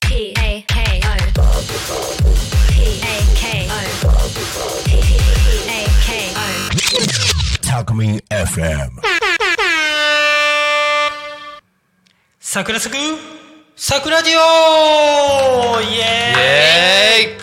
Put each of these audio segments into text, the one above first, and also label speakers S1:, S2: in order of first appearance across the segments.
S1: P A K O P A K O P A K O
S2: Talkme FM.
S3: 桜咲く桜ジオイエーイ
S4: イエーイ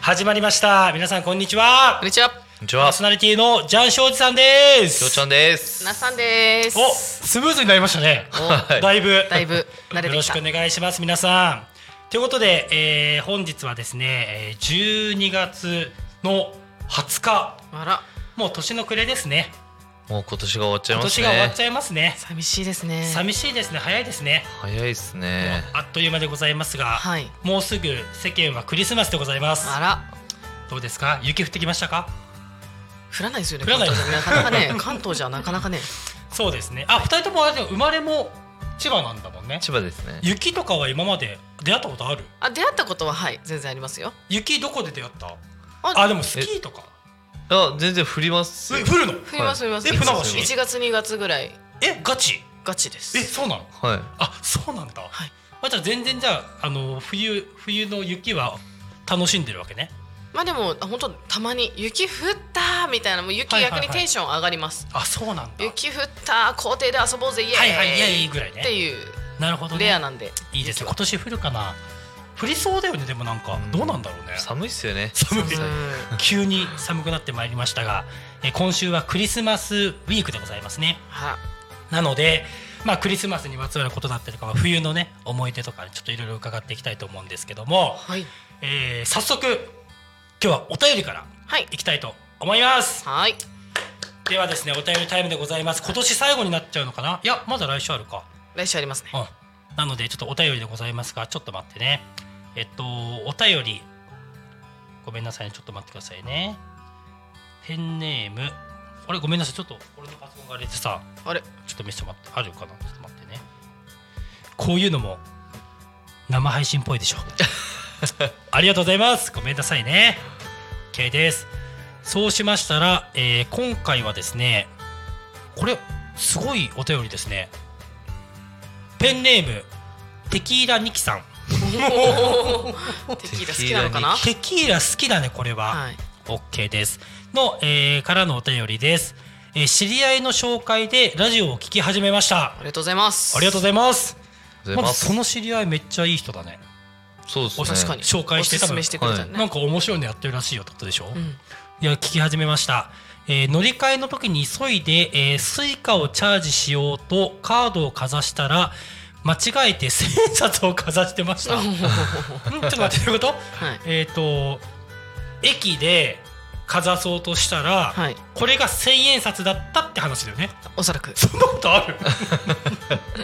S3: 始まりました皆さんこんにちは
S5: こんにちは。
S4: こんにち
S3: パー
S4: は、
S3: ソナリティのジャン・ショージさんです
S4: きょうちゃんです。
S5: なさんです。
S3: おスムーズになりましたね
S4: はい
S3: だいぶ
S5: だいぶ慣れ
S3: よ
S5: て
S3: ろ
S5: き
S3: したくお。願いします皆さんということで、えー本日はですねえー12月の20日
S5: あら、
S3: もう年の暮れですね
S4: もう今年が終わっちゃい
S3: 今
S4: ます
S3: 年
S4: ね。
S3: が終わっちゃいますね
S5: 寂しいですね。
S3: 寂しいですね早いですね
S4: 早いですね。
S3: あっという間でございますが、
S5: はい。
S3: もうすぐ世間はクリスマスでございます
S5: あら、
S3: どうですか雪降ってきましたか
S5: 降らないですよね。
S3: 降らない
S5: 関東じゃなかなかね、 関東じゃなかなかね。
S3: そうですねあ二人ともあれだよ生まれも千葉なんだもんね
S4: 千葉ですね。
S3: 雪とかは今まで出会ったことある
S5: あ、出会ったことははい、全然ありますよ。
S3: 雪どこで出会った
S5: あ
S3: あでもスキーとか
S4: あ、全然降りますよ
S3: え。降るの
S5: 降ります降ります。
S3: え船橋
S5: 一月二月ぐらい
S3: えガチ
S5: ガチです
S3: え。そうなの
S4: はい。
S3: あそうなんだ、
S5: はい
S3: まあ、じゃあ全然じゃああの冬冬の雪は楽しんでるわけね
S5: まあでもあ本当たまに雪降ったみたいなもう雪
S3: はいはいは
S5: 逆
S3: い
S5: にテンション上がります。
S3: あそうなんだ
S5: 雪降った校庭で遊ぼうぜイエーイ。
S3: はいはいイエーイぐらいね
S5: っていう
S3: なるほどね
S5: レアなんで。
S3: いいですね今年降るかな降りそうだよねでもなんか、
S4: ん
S3: どうなんだろうね
S4: 寒いっすよね。
S3: 寒い
S5: うん
S3: 急に寒くなってまいりましたが、えー今週はクリスマスウィークでございますね
S5: あ
S3: なので、まあ、クリスマスにまつわることだったりとか冬のね思い出とかちょっといろいろ伺っていきたいと思うんですけども
S5: ら、、はい
S3: えー早速今日はお便りから
S5: はい
S3: いきたいと思います
S5: はい。
S3: ではですねお便りタイムでございます今年最後になっちゃうのかないやまだ来週あるか
S5: 来週ありますね。
S3: うんなのでちょっとお便りでございますがちょっと待ってねえっとお便りごめんなさいねちょっと待ってくださいねペンネームあれごめんなさいちょっと俺のパソコンが荒れてさ
S5: あれ。
S3: ちょっと見せてもらってあるかなちょっと待ってねこういうのも生配信っぽいでしょありがとうございますごめんなさいね OK ですそうしましたら、えー今回はですねこれすごいお便りですねペンネームテキーラニキさん
S5: テキーラ好きなのかな。
S3: テキーラ好きだねこれは、
S5: はい。
S3: OK ですの、えーからのお便りです、えー知り合いの紹介でラジオを聞き始めました
S5: ありがとうございます。
S3: ありがとうございます。
S4: あり
S3: ま
S4: がとうございま
S3: ずそ
S4: す。
S3: の知り合いめっちゃいい人だね。
S4: そうですね。
S5: 確かに
S3: 紹介して
S5: おすすめしてくれたね、
S3: なんか面白いのやってるらしいよってことでしょ。
S5: うん
S3: いや聞き始めました。えー乗り換えの時に急いで、えースイカをチャージしようとカードをかざしたら間違えて千円札をかざしてました。んちょっと待ってどういうこと？
S5: はい
S3: えっ、と駅でかざそうとしたら、
S5: はい
S3: これが千円札だったって話だよね。
S5: おそらく
S3: そんなことある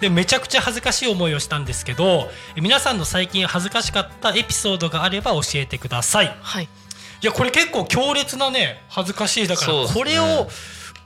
S3: でめちゃくちゃ恥ずかしい思いをしたんですけど皆さんの最近恥ずかしかったエピソードがあれば教えてください
S5: はい
S3: いやこれ結構強烈なね恥ずかしいだか
S4: そう
S3: ら、
S4: ですね
S3: これを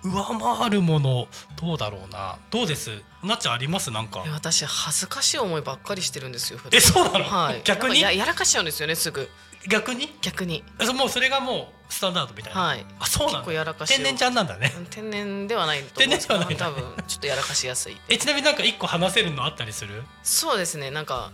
S3: 上回るものどうだろうなどうですなっちゃんありますなんか
S5: え私恥ずかしい思いばっかりしてるんですよ普段
S3: えそうなの、
S5: はい
S3: 逆に
S5: やっぱややらかしちゃうんですよねすぐ
S3: 逆に
S5: 逆に
S3: えそもうそれがもうスタンダードみたいな、
S5: はい
S3: あそうな
S5: 結構
S3: の
S5: やらかしを
S3: 天然ちゃんなんだね
S5: 天然ではないと思うんですけど
S3: 天然ではない
S5: 多分ちょっとやらかしやすい
S3: えちなみになんか一個話せるのあったりする
S5: そうですねなんか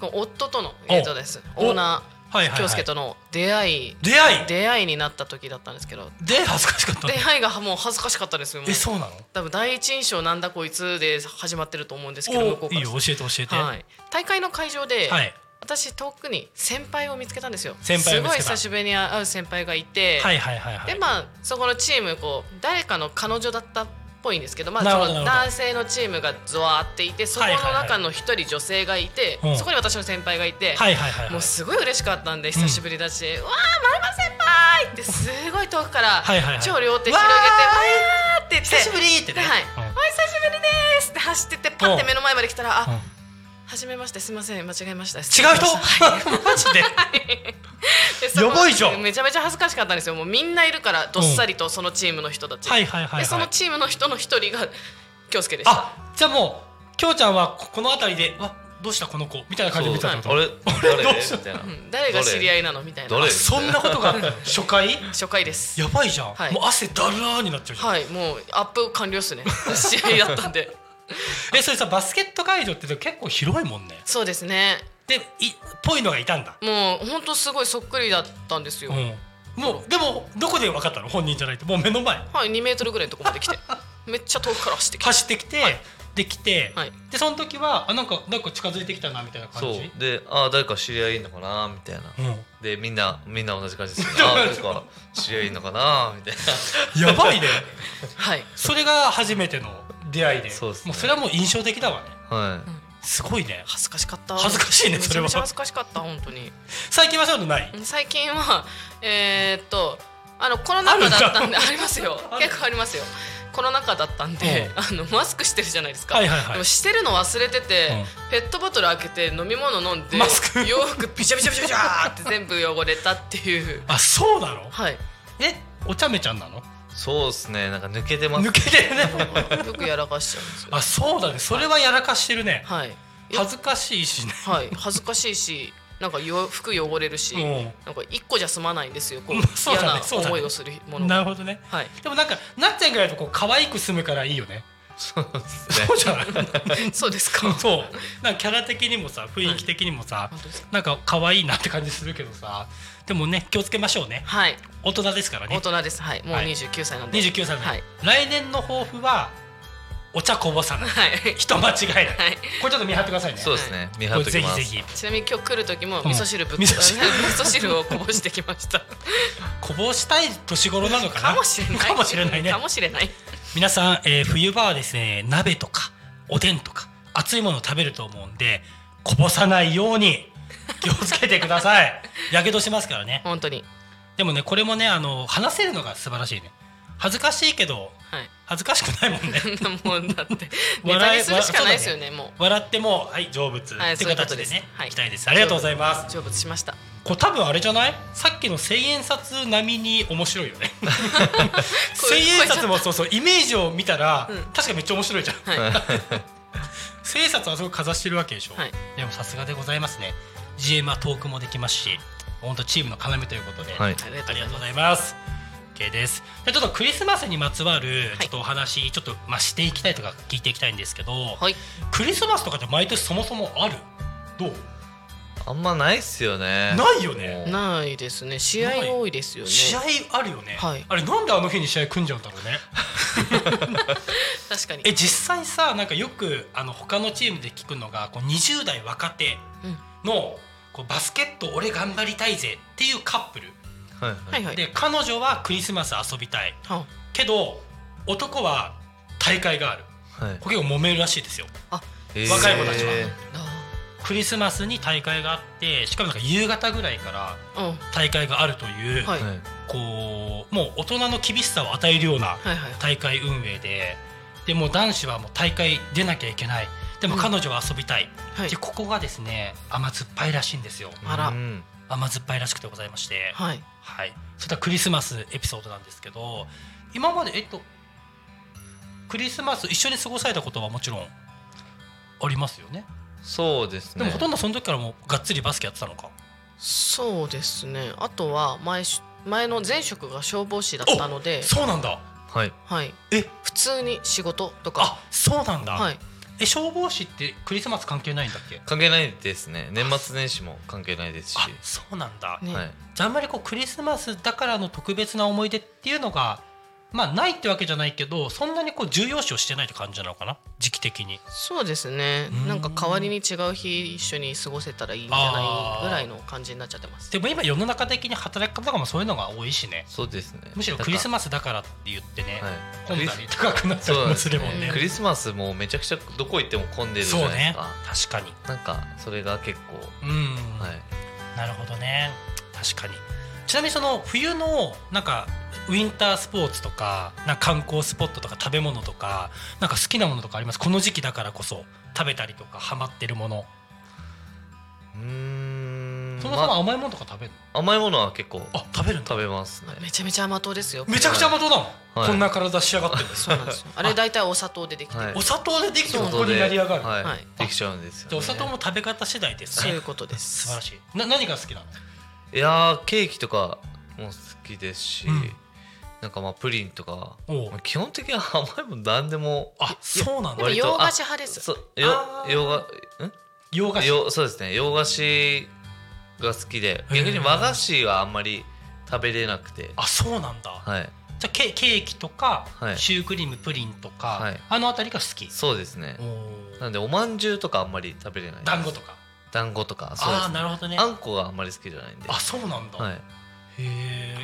S5: こう夫とのえっとです
S3: お
S5: オーナ
S3: はいはいは
S5: ー
S3: い
S5: 京介との出会い
S3: 出会い
S5: 出会いになった時だったんですけど
S3: で恥ずかしかったの
S5: 出会いがもう恥ずかしかったですよもう
S3: えそうなの
S5: 多分第一印象なんだこいつで始まってると思うんですけど向こ
S3: おい
S5: うか
S3: いよ
S5: ら
S3: 教えて教えて、
S5: はい、大会の会場で、
S3: はい
S5: 私遠くに先輩を見つけたんですよ
S3: 先輩を見つけた
S5: すごい久しぶりに会う先輩がいて、
S3: はいはいはいはい
S5: でまあそこのチームこう誰かの彼女だったっぽいんですけど、まあ、
S3: なるほど
S5: その
S3: なるほど
S5: 男性のチームがゾワーっていてそこの中の一人女性がいて、
S3: うん
S5: そこに私の先輩がいて、
S3: はいはいはいはい
S5: もうすごい嬉しかったんで久しぶりだし、わあ丸間先輩ってすごい遠くから
S3: はいはいはい
S5: 超両手広げてわーって言って
S3: 久しぶりってね
S5: はい、
S3: うん
S5: お久しぶりですって走ってってパッて目の前まで来たらあ、
S3: うん
S5: はじめましてすみません間違えました違う
S3: 違う人 マジでやばいじゃん
S5: めちゃめちゃ恥ずかしかったんですよもうみんないるからどっさりとそのチームの人たち、
S3: はいはいはいはい
S5: でそのチームの人の一人が京介でした
S3: あじゃあもうきょうちゃんはここの辺りでわどうしたこの子みたいな感じで見てたって
S4: そう
S3: こ
S4: あれ 誰
S3: どう
S4: み
S3: した
S4: たいな
S5: う。ん誰が知り合いなのみたいな
S3: と
S4: 誰
S3: あそんなことがあ ったの初回
S5: 初回です
S3: やばいじゃん、
S5: はい
S3: もう汗だらーになっちゃうじゃん、
S5: はいもうアップ完了っすね試合だったんで
S3: えそれさバスケット会場って結構広いもんね
S5: そうですね
S3: でいっぽいのがいたんだ、
S5: もう本当すごいそっくりだったんですよ、
S3: うん、もうでもどこで分かったの本人じゃないってもう目の前
S5: はい2メートルぐらいのとこまで来てめっちゃ遠くから走ってきて
S3: 走ってきて、できて、
S5: はい
S3: でその時はあなんかなんか近づいてきたなみたいな感
S4: そ
S3: じ
S4: うでああ誰か知り合いいんのかなみたいな、
S3: う
S4: でみんなみんな同じ感じで すよねああ誰か知り合いいんのかなみたい
S3: ん、やばいね
S5: はい
S3: それが初めての出会いで
S4: そうっすね
S3: もうそれはもう印象的だわね
S4: なはい、
S3: すごいね
S5: 恥ずかしかった
S3: 恥ずかしいねそれは
S5: めちゃめちゃ恥ずかしかった本当に
S3: 最近はそういうのない
S5: 最近は えーっとあのコロナ禍だったんでありますよ
S3: ある
S5: 結構ありますよコロナ禍だったんで、あのマスクしてるじゃないですか、
S3: はいはいはい
S5: でもしてるの忘れてて、ペットボトル開けて飲み物飲んで
S3: マスク
S5: 洋服ビチャビチャビチャビチャって全部汚れたっていう
S3: あそうなの
S5: はい
S3: えお茶目ちゃんなの
S4: そうですねなんか抜けてます
S3: 抜けてるね
S5: よくやらかしちゃうんですよ
S3: あそうだねそれはやらかしてるね
S5: はい
S3: 恥ずかしいしね
S5: はい恥ずかしいしなんかよ服汚れるし、
S3: うん
S5: なんか一個じゃ済まないんですよこう
S3: まあそう
S5: 嫌
S3: だね
S5: な
S3: そうだね
S5: 思いをするものが
S3: なるほどね
S5: はい
S3: でもなんかなっちゃんぐらいとこう可愛く済むからいいよね
S4: そうですね
S3: そうじゃない
S5: そうです か
S3: そうなんかキャラ的にもさ雰囲気的にもさ、
S5: 本当ですか
S3: なんか可愛いなって感じするけどさでもね気をつけましょうね
S5: はい
S3: 大人ですから
S5: 大
S3: ね
S5: 人ですはいもう
S3: はい
S5: 29歳なんで
S3: 29歳の、
S5: はい
S3: 来年の抱負はお茶こぼさない
S5: はい
S3: 人間違いない、
S5: はい
S3: これちょっと見張ってくださいね
S4: そうですね見
S3: こ
S4: 張
S3: れ
S4: っとき
S3: ぜ
S4: ます
S3: ひぜひ
S5: ちなみに今日来る時も
S3: ん
S5: 味噌汁ぶっ、
S3: 味噌汁
S5: 味噌汁をこぼしてきました
S3: こぼしたい年頃 なのかな
S5: かもしれない
S3: かもしれないね
S5: かもしれない
S3: 皆さん、えー冬場はですね鍋とかおでんとか熱いものを食べると思うんでこぼさないように気をつけてくださいやけどしますからね
S5: 本当に
S3: でもねこれもねあの話せるのが素晴らしいね恥ずかしいけど
S5: はい
S3: 恥ずかしくないもんね
S5: もうだって
S3: 笑い
S5: ネタにするしかないですよねも
S3: 笑ってもはい成仏、
S5: はい
S3: って
S5: そういうこと
S3: 形で
S5: です
S3: ね、
S5: はい
S3: い、きたいですありがとうございます
S5: う成仏しました
S3: これ多分あれじゃないさっきの千円札並みに面白い よね千円札もそうそうイメージを見たら、
S5: うん
S3: 確かにめっちゃ面白いじゃん
S5: はい
S3: 千円札はすごいかざしてるわけでしょ、
S5: はい
S3: でもさすがでございますね GM はトークもできますし本当チームの要ということで、
S4: はい
S5: ありが
S3: あ
S5: とう
S3: りが
S5: ござい
S3: とうご
S5: ま
S3: ざいます。OK です。じゃあちょっとクリスマスにまつわるちょっとお話、ちょっとまあしていきたいとか聞いていきたいんですけど、
S5: すはい
S3: クリスマスとかって毎年そもそもある？どう？
S4: あんまないっすよね
S3: ないよね
S4: もう
S5: ないですね試合多いですよね
S3: 試合あるよね、
S5: はい
S3: あれなんであの日に試合組んじゃうんだろうね
S5: 確かに
S3: え実際さなんかよくあの他のチームで聞くのがこう20代若手
S5: うん
S3: のこうバスケット俺頑張りたいぜっていうカップル
S4: はいは
S5: はいいはい
S3: で彼女はクリスマス遊びたい
S5: は
S3: けど男は大会がある
S4: はい
S3: これ結構揉めるらしいですよ
S4: えー
S3: 若い子たちは
S5: あ
S3: クリスマスに大会があってしかもなんか夕方ぐらいから
S5: うんは
S3: 大会があるという、
S5: いはい
S4: はい
S3: こうもう大人の厳しさを与えるような
S5: はいはい
S3: 大会運営ででもう男子はもう大会出なきゃいけないでも彼女は遊びたい、
S5: はい
S3: でここがですね甘酸っぱいらしいんですよ
S5: あら
S4: うん
S3: 甘酸っぱいらしくてございまして、
S5: はい
S3: はい、それはクリスマスエピソードなんですけど今までえっとクリスマス一緒に過ごされたことはもちろんありますよね
S4: そうです
S3: で
S4: ね
S3: もほとんどその時からもうがっつりバスケやってたのか
S5: そうですねあとは前し前の前職が消防士だったので
S3: そうなんだ
S4: はい
S5: はい
S3: え
S5: 普通に仕事とか
S3: あそうなんだ、
S5: はい
S3: え消防士ってクリスマス関係ないんだっけ
S4: 関係ないですね年末年始も関係ないですし
S3: あそうなんだ、
S5: ね
S4: はい
S3: じゃああんまりこうクリスマスだからの特別な思い出っていうのがまあないってわけじゃないけどそんなにこう重要視をしてないって感じなのかな時期的に
S5: そうですね
S3: うん
S5: なんか代わりに違う日一緒に過ごせたらいいんじゃないぐらいの感じになっちゃってます
S3: でも今世の中的に働き方とかもそういうのが多いしね
S4: そうですね
S3: むしろクリス
S4: マ
S3: マスだからって言ってね、
S4: はい
S3: 混んだ
S4: ク
S3: り
S4: リス
S3: 高くなったり
S4: そうなん
S3: も
S4: ですす
S3: る
S4: ね
S3: もんね
S4: クリスマスもうめちゃくちゃどこ行っても混んでるじゃ
S3: そう
S4: ないです
S3: ね
S4: か
S3: 確かに
S4: なんかそれが結構
S3: うん、
S4: はい
S3: なるほどね確かにちなみにその冬のなんかウィンタースポーツとかなんか観光スポットとか食べ物とかなんか好きなものとかありますこの時期だからこそ食べたりとかハマってるもの
S4: うーん
S3: そもそも
S4: ま
S3: 甘いものとか食べる
S4: あ甘いものは結構
S3: のあ食べるんだ
S4: 食べますね
S5: めちゃめちゃ甘党ですよ
S3: めちゃくちゃ甘党だもん、
S4: はい
S3: こんな体仕上がってるんです
S5: そうなんで すよあれ大体お砂糖でできてる
S4: はい
S3: お砂糖でできて
S4: 仕
S3: こ
S4: 事
S3: こに
S4: で
S3: 成り上がる、
S4: はい
S5: はい
S4: できちゃうんですよ
S3: で
S4: ね
S3: お砂糖も食べ方次第ですし、
S5: そういうことです
S3: 素晴らしいな何が好きなの
S4: いやーケーキとかも好きですし、
S3: うん
S4: なんかまあプリンとか
S3: おう
S4: まあ基本的には 甘いもん何でも
S3: あそうなんだ
S5: 割と洋菓子派です
S4: そうよ
S3: あー
S4: 洋菓ん
S3: 洋菓子
S4: よそうですね洋菓子が好きで
S3: へー
S4: 逆に和菓子はあんまり食べれなくて
S3: あそうなんだ、
S4: はい
S3: じゃあケケーキとか、
S4: はい
S3: シュークリームプリンとか、
S4: はい
S3: あの辺りが好き
S4: そうですね
S3: おー
S4: なんでおまんじゅうとかあんまり食べれないです
S3: 団子とか
S4: 団子とかそうで
S3: あ
S4: す
S3: あー
S4: ね
S3: なるほどね
S4: あんこがあんまり好きじゃないんで
S3: あそうなんだ、
S4: はい
S3: へ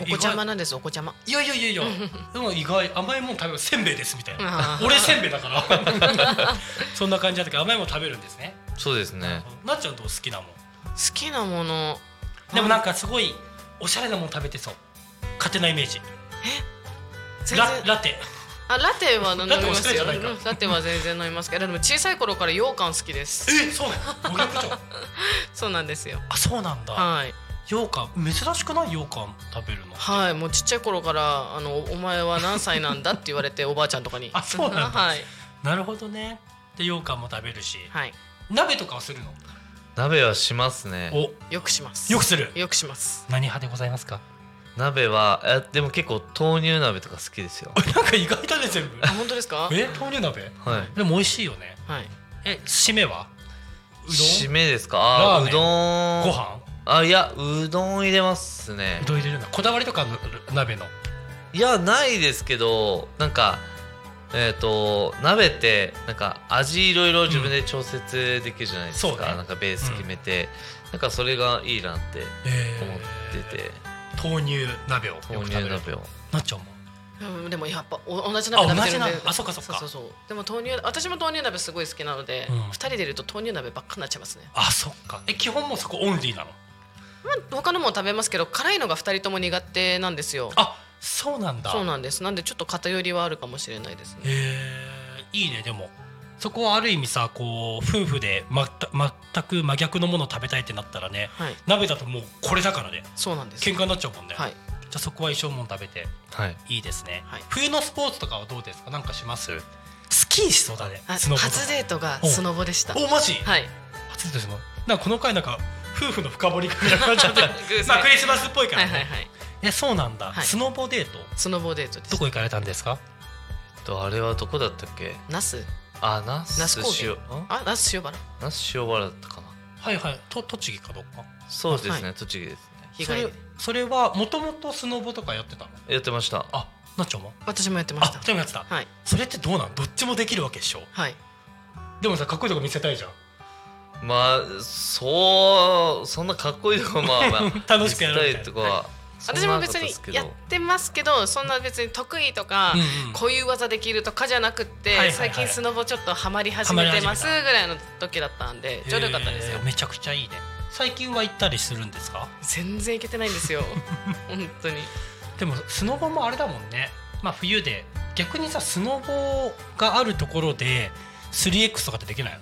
S3: え
S5: お子ちゃまなんですお子ちゃま
S3: いやいやいやいや でも意外甘いもん食べるせんべいですみたいな
S5: あー
S3: 俺せんべいだから そんな感じだったけど甘いもん食べるんですね
S4: そうですね
S3: なっちゃんと好きなもん
S5: 好きなもの
S3: でもなんかすごいおしゃれなもん食べてそう勝手なイメージ
S5: 全然
S3: ララテ
S5: あラテは飲み
S3: ラテ
S5: ま
S3: お好き
S5: す
S3: じ
S5: よ
S3: ゃないか
S5: うんラテは全然飲みますけどでも小さい頃から羊羹好きです
S3: えそうなの無学長
S5: そうなんですよ
S3: あそうなんだ
S5: はい
S3: 羊羹珍しくない羊羹食べるの
S5: はいもうちっちゃい頃からあのおお前は何歳なんだって言われておばあちゃんとかに
S3: あそうなんだ
S5: はい
S3: なるほどねで羊羹も食べるし
S5: はい
S3: 鍋とかはするの
S4: 鍋はしますね
S3: お
S5: よくします
S3: よくする
S5: よくします
S3: 何派でございますか
S4: 鍋はえでも結構豆乳鍋とか好きですよ
S3: なんか意外だね全部
S5: あ本当ですか
S3: え豆乳鍋
S4: はい
S3: でも美味しいよね
S5: はい
S3: え締めはう
S4: 締
S3: ど
S4: めですかあ
S3: ラーメ
S4: ー
S3: ン
S4: うどん
S3: んご飯
S4: あいやうどん入れますね
S3: うどん入れるんだこだわりとかの鍋の
S4: いやないですけどなんかえっ、と鍋ってなんか味いろいろ自分で調節できるじゃないですか、
S3: そうね
S4: なんかベース決めて、なんかそれがいいなって思
S3: え
S4: ってて、
S3: ー豆乳鍋をよく
S4: 豆
S3: 食
S4: 乳
S3: べる
S4: 鍋を
S3: なっちゃうもん
S5: うんでもやっぱお同じ鍋食べてるんで
S3: あ同じ鍋あそっかそっか
S5: そうそうそうでも豆乳私も豆乳鍋すごい好きなので、
S3: う
S5: 二
S3: ん
S5: 2人でいると豆乳鍋ばっかになっちゃいますね、
S3: あそっかえ基本もうそこオンリーなの
S5: まあ、他のも食べますけど辛いのが2人とも苦手なんですよ
S3: あそうなんだ
S5: そうなんですなんでちょっと偏りはあるかもしれないですね
S3: へえいいねでもそこはある意味さこう夫婦でまった全く真逆のものを食べたいってなったらね
S5: はい
S3: 鍋だともうこれだからね
S5: そうなんです
S3: 喧嘩になっちゃうもんね、
S5: はい
S3: じゃあそこは一生もん食べて
S4: はい
S3: いいですね、
S5: はい
S3: 冬のスポーツとかはどうですかなんかしますスキーしそうだね
S5: あ
S3: スノボとか
S5: 初デートがスノボでした
S3: おマジ、
S5: はい
S3: 初デートしのなんかこの回なんか夫婦の深掘りがみたいな感じだったよ
S5: 偶然
S3: まあクリスマスっぽいか
S5: は
S3: ら
S5: い
S3: ね、
S5: はいはい
S3: えそうなんだ、
S5: はい
S3: スノボデート
S5: スノボデートです
S3: どこ行かれたんですか
S4: とあれはどこだったっけ
S5: 那須
S4: あ那須
S5: 那須高原
S4: 塩ん
S5: あ那須塩原
S4: 那須塩原だったかな
S3: はいはいと栃木かどっか
S4: そうですね、
S5: は
S4: 栃木ですね
S5: 被
S3: そ
S5: 害
S3: れそれはもともとスノボとかやってたの
S4: やってました
S3: あなっちゃんも
S5: 私もやってまし
S3: あ
S5: た
S3: でもやってた、
S5: はい
S3: それってどうなんどっちもできるわけでしょ
S5: はい
S3: でもさかっこいいとこ見せたいじゃん
S4: まあそうそんなかっこいいとこまあ、まあ、
S3: 楽しくやろうみたいな
S4: 見せたいとこは、そんな
S5: 私
S4: な
S5: も別
S4: かった
S5: に
S4: ですけど
S5: やってますけどそんな別に得意とか、
S3: うんうん
S5: こういう技できるとかじゃなくって、
S3: はいはいはい
S5: 最近スノボちょっとハマり始めてますぐ
S3: ハマり
S5: らいの時だったんでちょうどよかったですよ
S3: へーめちゃくちゃいいね最近は行ったりするんですか
S5: 全然いけてない んですよ本当に
S3: でもスノボもあれだもんねまあ冬で逆にさスノボがあるところで 3X とかってできないの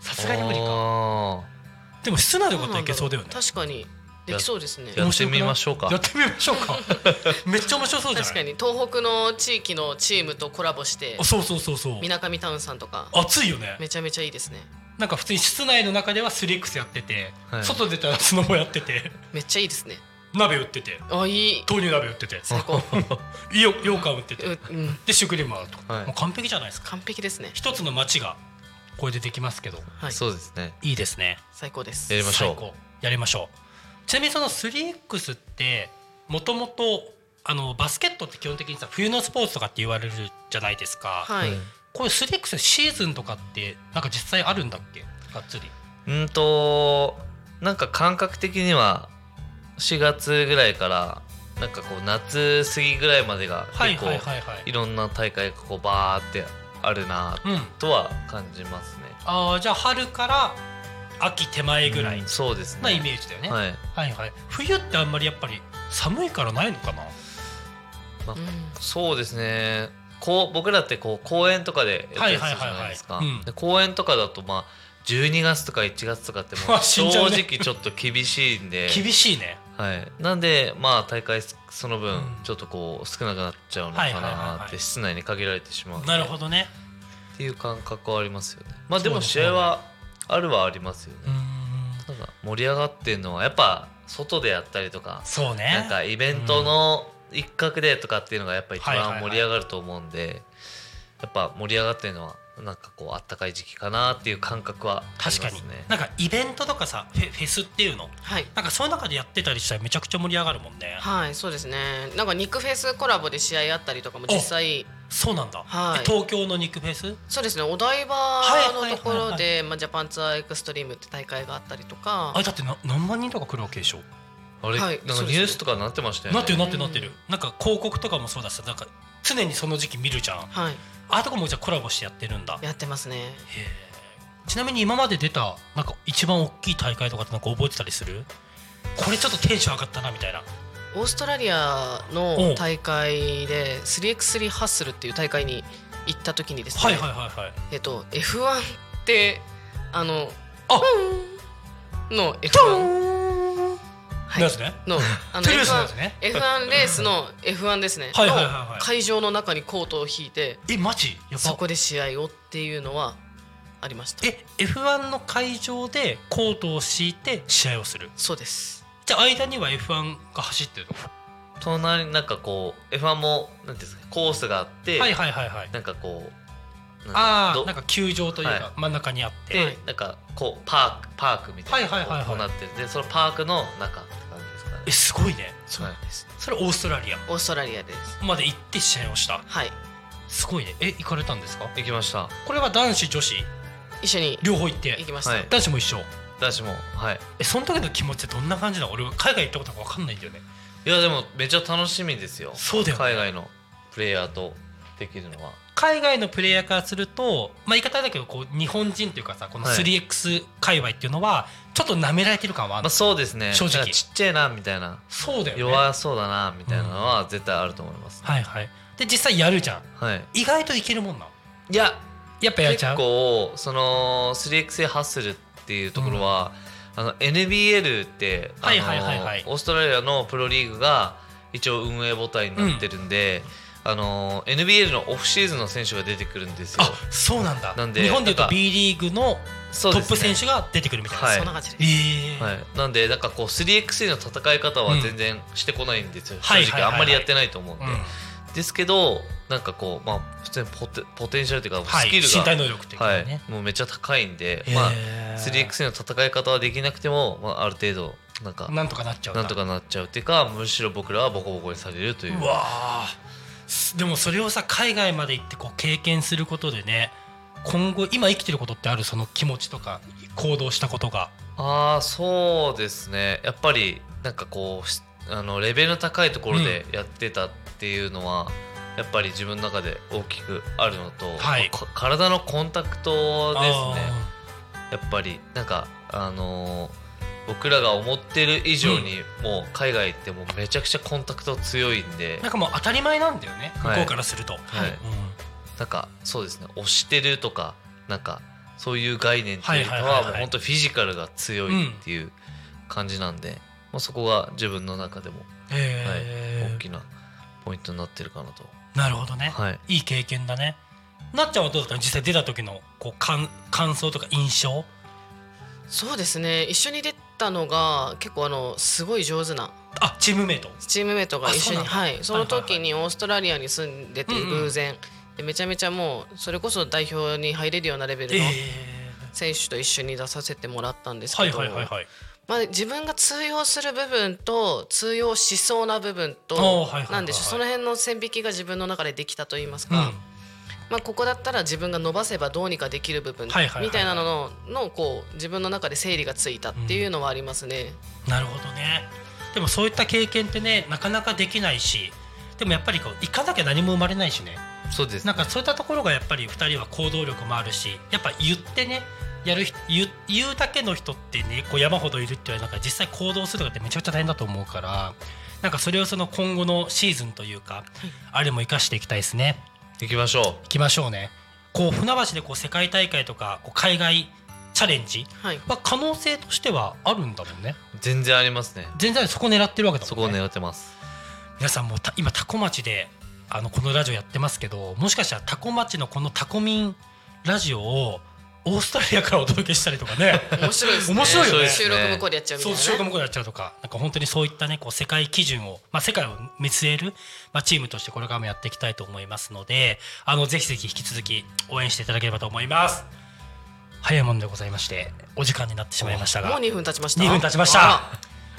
S3: さすがに無理か
S4: あ
S3: でも室内とかだといけそうだよね
S5: 確かにできそうですね
S4: ーやってみましょうか
S3: やってみましょう かめっちゃ面白そうじゃない
S5: 確かに東北の地域のチームとコラボして
S3: あそうそうそうそう
S5: みなかみタウンさんとか
S3: 暑いよね
S5: めちゃめちゃいいですね
S3: なんか普通に室内の中では 3X やってて、
S4: はい
S3: 外出たらスノボやってて
S5: めっちゃいいですね
S3: 鍋売ってて
S5: あいい
S3: 豆乳鍋売 ってて
S5: 最高
S3: よ羊羹売ってて
S5: ううん
S3: でシュークリームあると、
S4: はい
S3: もう完璧じゃないですか
S5: 完璧ですね
S3: 一つの街がこれでできますけど
S5: はい
S4: そうですね
S3: いいですね
S5: 最高です
S4: やりましょう
S3: 最高やりましょうちなみにその 3X ってもともとあのバスケットって基本的にさ冬のスポーツとかって言われるじゃないですか、
S5: はい
S4: うん
S3: こういう 3X シーズンとかってなんか実際あるんだっけがっつり
S4: うんとなんか感覚的には4月ぐらいからなんかこう夏過ぎぐらいまでが
S3: はい
S4: 結構
S3: はいはいはい
S4: いろんな大会がこうバーってあるな
S3: うん
S4: とは感じますね。
S3: あーじゃあ春から秋手前ぐらい
S4: うんそうですね。
S3: なイメージだよね、
S4: はい。
S3: はいはい冬ってあんまりやっぱり寒いからないのかな
S5: うん
S4: そうですね。こう僕らってこう公園とかでやったりするじゃないです
S3: は
S4: か
S3: いはいはいはいうん。
S4: で公園とかだとまあ12月とか1月とかっても
S3: あ
S4: う
S3: 死
S4: 正
S3: んじゃうね
S4: 直ちょっと厳しいんで。
S3: 厳しいね
S4: はい、なんでまあ大会その分
S3: うん
S4: ちょっとこう少なくなっちゃうの
S3: は
S4: か
S3: いはいはいはい
S4: なって室内に限られてしまう
S3: なるほどね
S4: っていう感覚はありますよねまあで
S3: そう
S4: も
S3: です
S4: 試合はあるはありますよ
S3: うー
S4: ね
S3: ん
S4: なんか盛り上がってるのはやっぱ外でやったりとか
S3: そうね
S4: なんかイベントの一角でとかっていうのがやっぱり一
S3: はいはいは
S4: 番
S3: い
S4: 盛り上がると思うんで、やっぱ盛り上がってるのはなんかこうあったかい時期かなっていう感覚はありま
S3: 確
S4: す
S3: か
S4: ね
S3: に、なんかイベントとかさフェフェスっていうの
S5: はい
S3: なんかその中でやってたりしたらめちゃくちゃ盛り上がるもんね
S5: はいそうですねなんか肉フェスコラボで試合やったりとかも実際
S3: そうなんだ、
S5: はい
S3: え東京の肉フェス
S5: そうですねお台場のとこ
S3: はい
S5: ろ
S3: はいは
S5: でまあジャパンツアーエクストリームって大会があったりとか
S3: あれだってな何万人とか来るわけでしょ
S4: あれ、
S5: はい
S4: なんかニュースとかなってましたよね
S3: なってるなってるなってるなんか広告とかもそうだしさなんか常にその時期見るじゃんあ
S5: はい
S3: あいうとこもじゃあコラボしてやってるんだ
S5: やってますね
S3: へえちなみに今まで出たなんか一番大きい大会とかってなんか覚えてたりするこれちょっとテンション上がったなみたいな
S5: オーストラリア
S3: おう
S5: の大会で 3x3 ハッスルっていう大会に行った時にですね、
S3: はいはいはいはい
S5: えっと F1 ってあの
S3: あ
S5: の F1
S3: のやつね
S5: のあの
S3: トゥルースのやつ
S5: F1
S3: ね
S5: F1 レースの F1 ですね
S3: はいはいはいはい
S5: の会場の中にコートを引いて
S3: えマジや
S5: そ
S3: ば
S5: こで試合をっていうのはありました
S3: え F1 の会場でコートを敷いて試合をする
S5: そうです
S3: じゃあ間には F1 が走ってるの
S4: 隣になんかこう F1 もなんていうんですかコースがあって、
S3: はいはいはいはい
S4: なんかこう
S3: あ
S4: ど
S3: あなんか球場という
S4: は
S3: か真ん中にあって、
S5: はい
S4: でなんかこうパークパークみたいな
S3: はいはいはいはい
S4: こうなってるでそのパークの中って感じですかね
S3: えすごいね
S5: そうなんです
S3: それオーストラリア
S5: オーストラリアです
S3: まで行って試合をした
S5: はい
S3: すごいねえ行かれたんですか
S4: 行きました
S3: これは男子女子
S5: 一緒に
S3: 両方行って
S5: 行きました、
S4: はい
S3: 男子も一緒
S4: 私もはい
S3: えその時の気持ちってどんな感じなの俺は海外行ったことが分かんないんだよね
S4: いやでもめっちゃ楽しみですよ
S3: そうだよね
S4: 海外のプレイヤーとできるのは
S3: 海外のプレイヤーからすると、まあ、言い方だけどこう日本人というかさこの
S4: はい
S3: 3X 界隈っていうのはちょっと舐められてる感はある
S4: まあそうですね
S3: 正直
S4: なんかちっちゃいなみたいな
S3: そうだよね
S4: 弱そうだなみたいなのは絶対あると思います、
S3: はいはいで実際やるじゃん
S4: はい
S3: 意外といけるもんない
S4: や
S3: やっぱやっち
S4: 結
S3: ゃう
S4: 構その 3x ハッスルっていうところは、あの NBL ってあの
S3: はいはいはいはい
S4: オーストラリアのプロリーグが一応運営母体になってるんで、あの NBL のオフシーズンの選手が出てくるんですよ
S3: あそうなんだ
S4: なんで
S3: 日本でいう
S4: な
S3: と
S4: んか
S3: B リーグの
S4: そ
S3: ト
S4: うです
S3: ッ
S4: ね
S3: プ選手が出てくるみたいな、
S4: はい
S5: そんな感じです、
S3: えー
S4: はい、なんでなんかこう 3x の戦い方は全然してこないんですよ、
S3: はい
S4: 正
S3: はい
S4: 直
S3: はいはい
S4: あんまりやってないと思うんで、
S3: うん
S4: ですけどなんかこうまあ普通にポテポテンシャルというか
S3: は
S4: ス
S3: い、
S4: キルが、
S3: 身体能力的に
S4: はい
S3: ね、
S4: もうめっちゃ高いんで、まあ、
S3: へー
S4: 3x の戦い方はできなくても、まあ、ある程度なんか
S3: なんとかなっちゃう
S4: なんとかなっちゃうっていうかむしろ僕らはボコボコにされるという
S3: うわあすでもそれをさ海外まで行ってこう経験することでね今後今生きてることってあるその気持ちとか行動したことが
S4: ああそうですねやっぱりなんかこうしあのレベルの高いところでやってたっていうのは、やっぱり自分の中で大きくあるのと、
S3: はい
S4: まあこ体のコンタクトですね
S3: あ
S4: やっぱりなんかあのー僕らが思ってる以上に、もう海外ってもうめちゃくちゃコンタクト強いんで
S3: ーなんかもう当たり前なんだよね向こ
S4: はいう
S3: からすると、
S4: はい
S3: うん
S4: なんかそうですね押してるとかなんかそういう概念というよりか
S3: はいはいはいは
S4: は
S3: い
S4: もう本当フィジカルが強いっていう感じなんで、まあ、そこが自分の中でも、はい
S3: えー
S4: 大きなポイントになってるかなと、
S3: なるほどね、
S4: はい、
S3: い、い経験だねなっちゃんはどうだったの実際出た時のこう感感想とか印象
S5: そうですね一緒に出たのが結構あのすごい上手な
S3: あチームメイト
S5: チームメイトが一緒
S3: あそうなん
S5: に
S3: だ
S5: はいその時
S3: は
S5: にオーストラリアに住んでて
S3: うんうん
S5: 偶然、でめちゃめちゃもうそれこそ代表に入れるようなレベル
S3: え
S5: の
S3: え
S5: 選手と一緒に出させてもらったんです
S3: は
S5: け
S3: い
S5: ど
S3: はいはいはい
S5: まあ自分が通用する部分と通用しそうな部分
S3: おー
S5: と
S3: はいはいはいはい
S5: なんでしょうその辺の線引きが自分の中でできたと言います
S3: うん
S5: か、まあ、ここだったら自分が伸ばせばどうにかできる部分
S3: はいはいはい
S5: みたいなのののこう自分の中で整理がついたっていうのはありますね。
S3: なるほどねでもそういった経験ってねなかなかできないしでもやっぱりこう行かなきゃ何も生まれないしね
S4: そうです
S3: な
S4: ね
S3: んかそういったところがやっぱり2人は行動力もあるしやっぱ言ってねやる人言う言うだけの人ってねこう山ほどいるっていうのはなんか実際行動するのってめちゃくちゃ大変だと思うからなんかそれをその今後のシーズンというかあれも生かしていきたいですね。
S4: 行きましょ
S3: いきましょうねこう船橋でこう世界大会とかこう海外チャレンジ
S5: はい、
S3: は可能性としてはあるんだもんね
S4: う全然ありますね
S3: 全然そこ狙ってるわけだもんね
S4: そこを狙ってます
S3: 皆さんもた今タコ町であのこのラジオやってますけどもしかしたらタコ町のこのタコミンラジオをオーストラリアからお届けしたりとかね
S5: 面白いですね
S3: 面白いよね
S5: 収録向こうでやっちゃうみた
S3: そ
S5: いうな、ね、
S3: 収録もこうやっちゃうとかなんか本当にそういったねこう世界基準を、まあ、世界を見据える、まあ、チームとしてこれからもやっていきたいと思いますのであのぜひぜひ引き続き応援していただければと思います早いもんでございましてお時間になってしまいましたが
S5: もう2分経ちました
S3: 2分経ちまし
S5: あ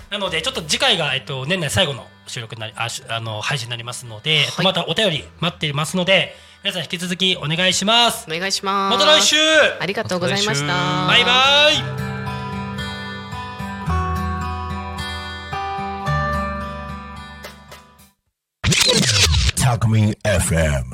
S3: た
S5: ら。
S3: なのでちょっと次回がえっと年内最後の収録になりあしあの配信になりますので、
S5: はい
S3: またお便り待っていますので皆さん引き続きお願いします。
S5: お願いします
S3: また来週。
S5: ありがとうございました
S4: ま
S3: バイバイ。
S2: Talk Me FM.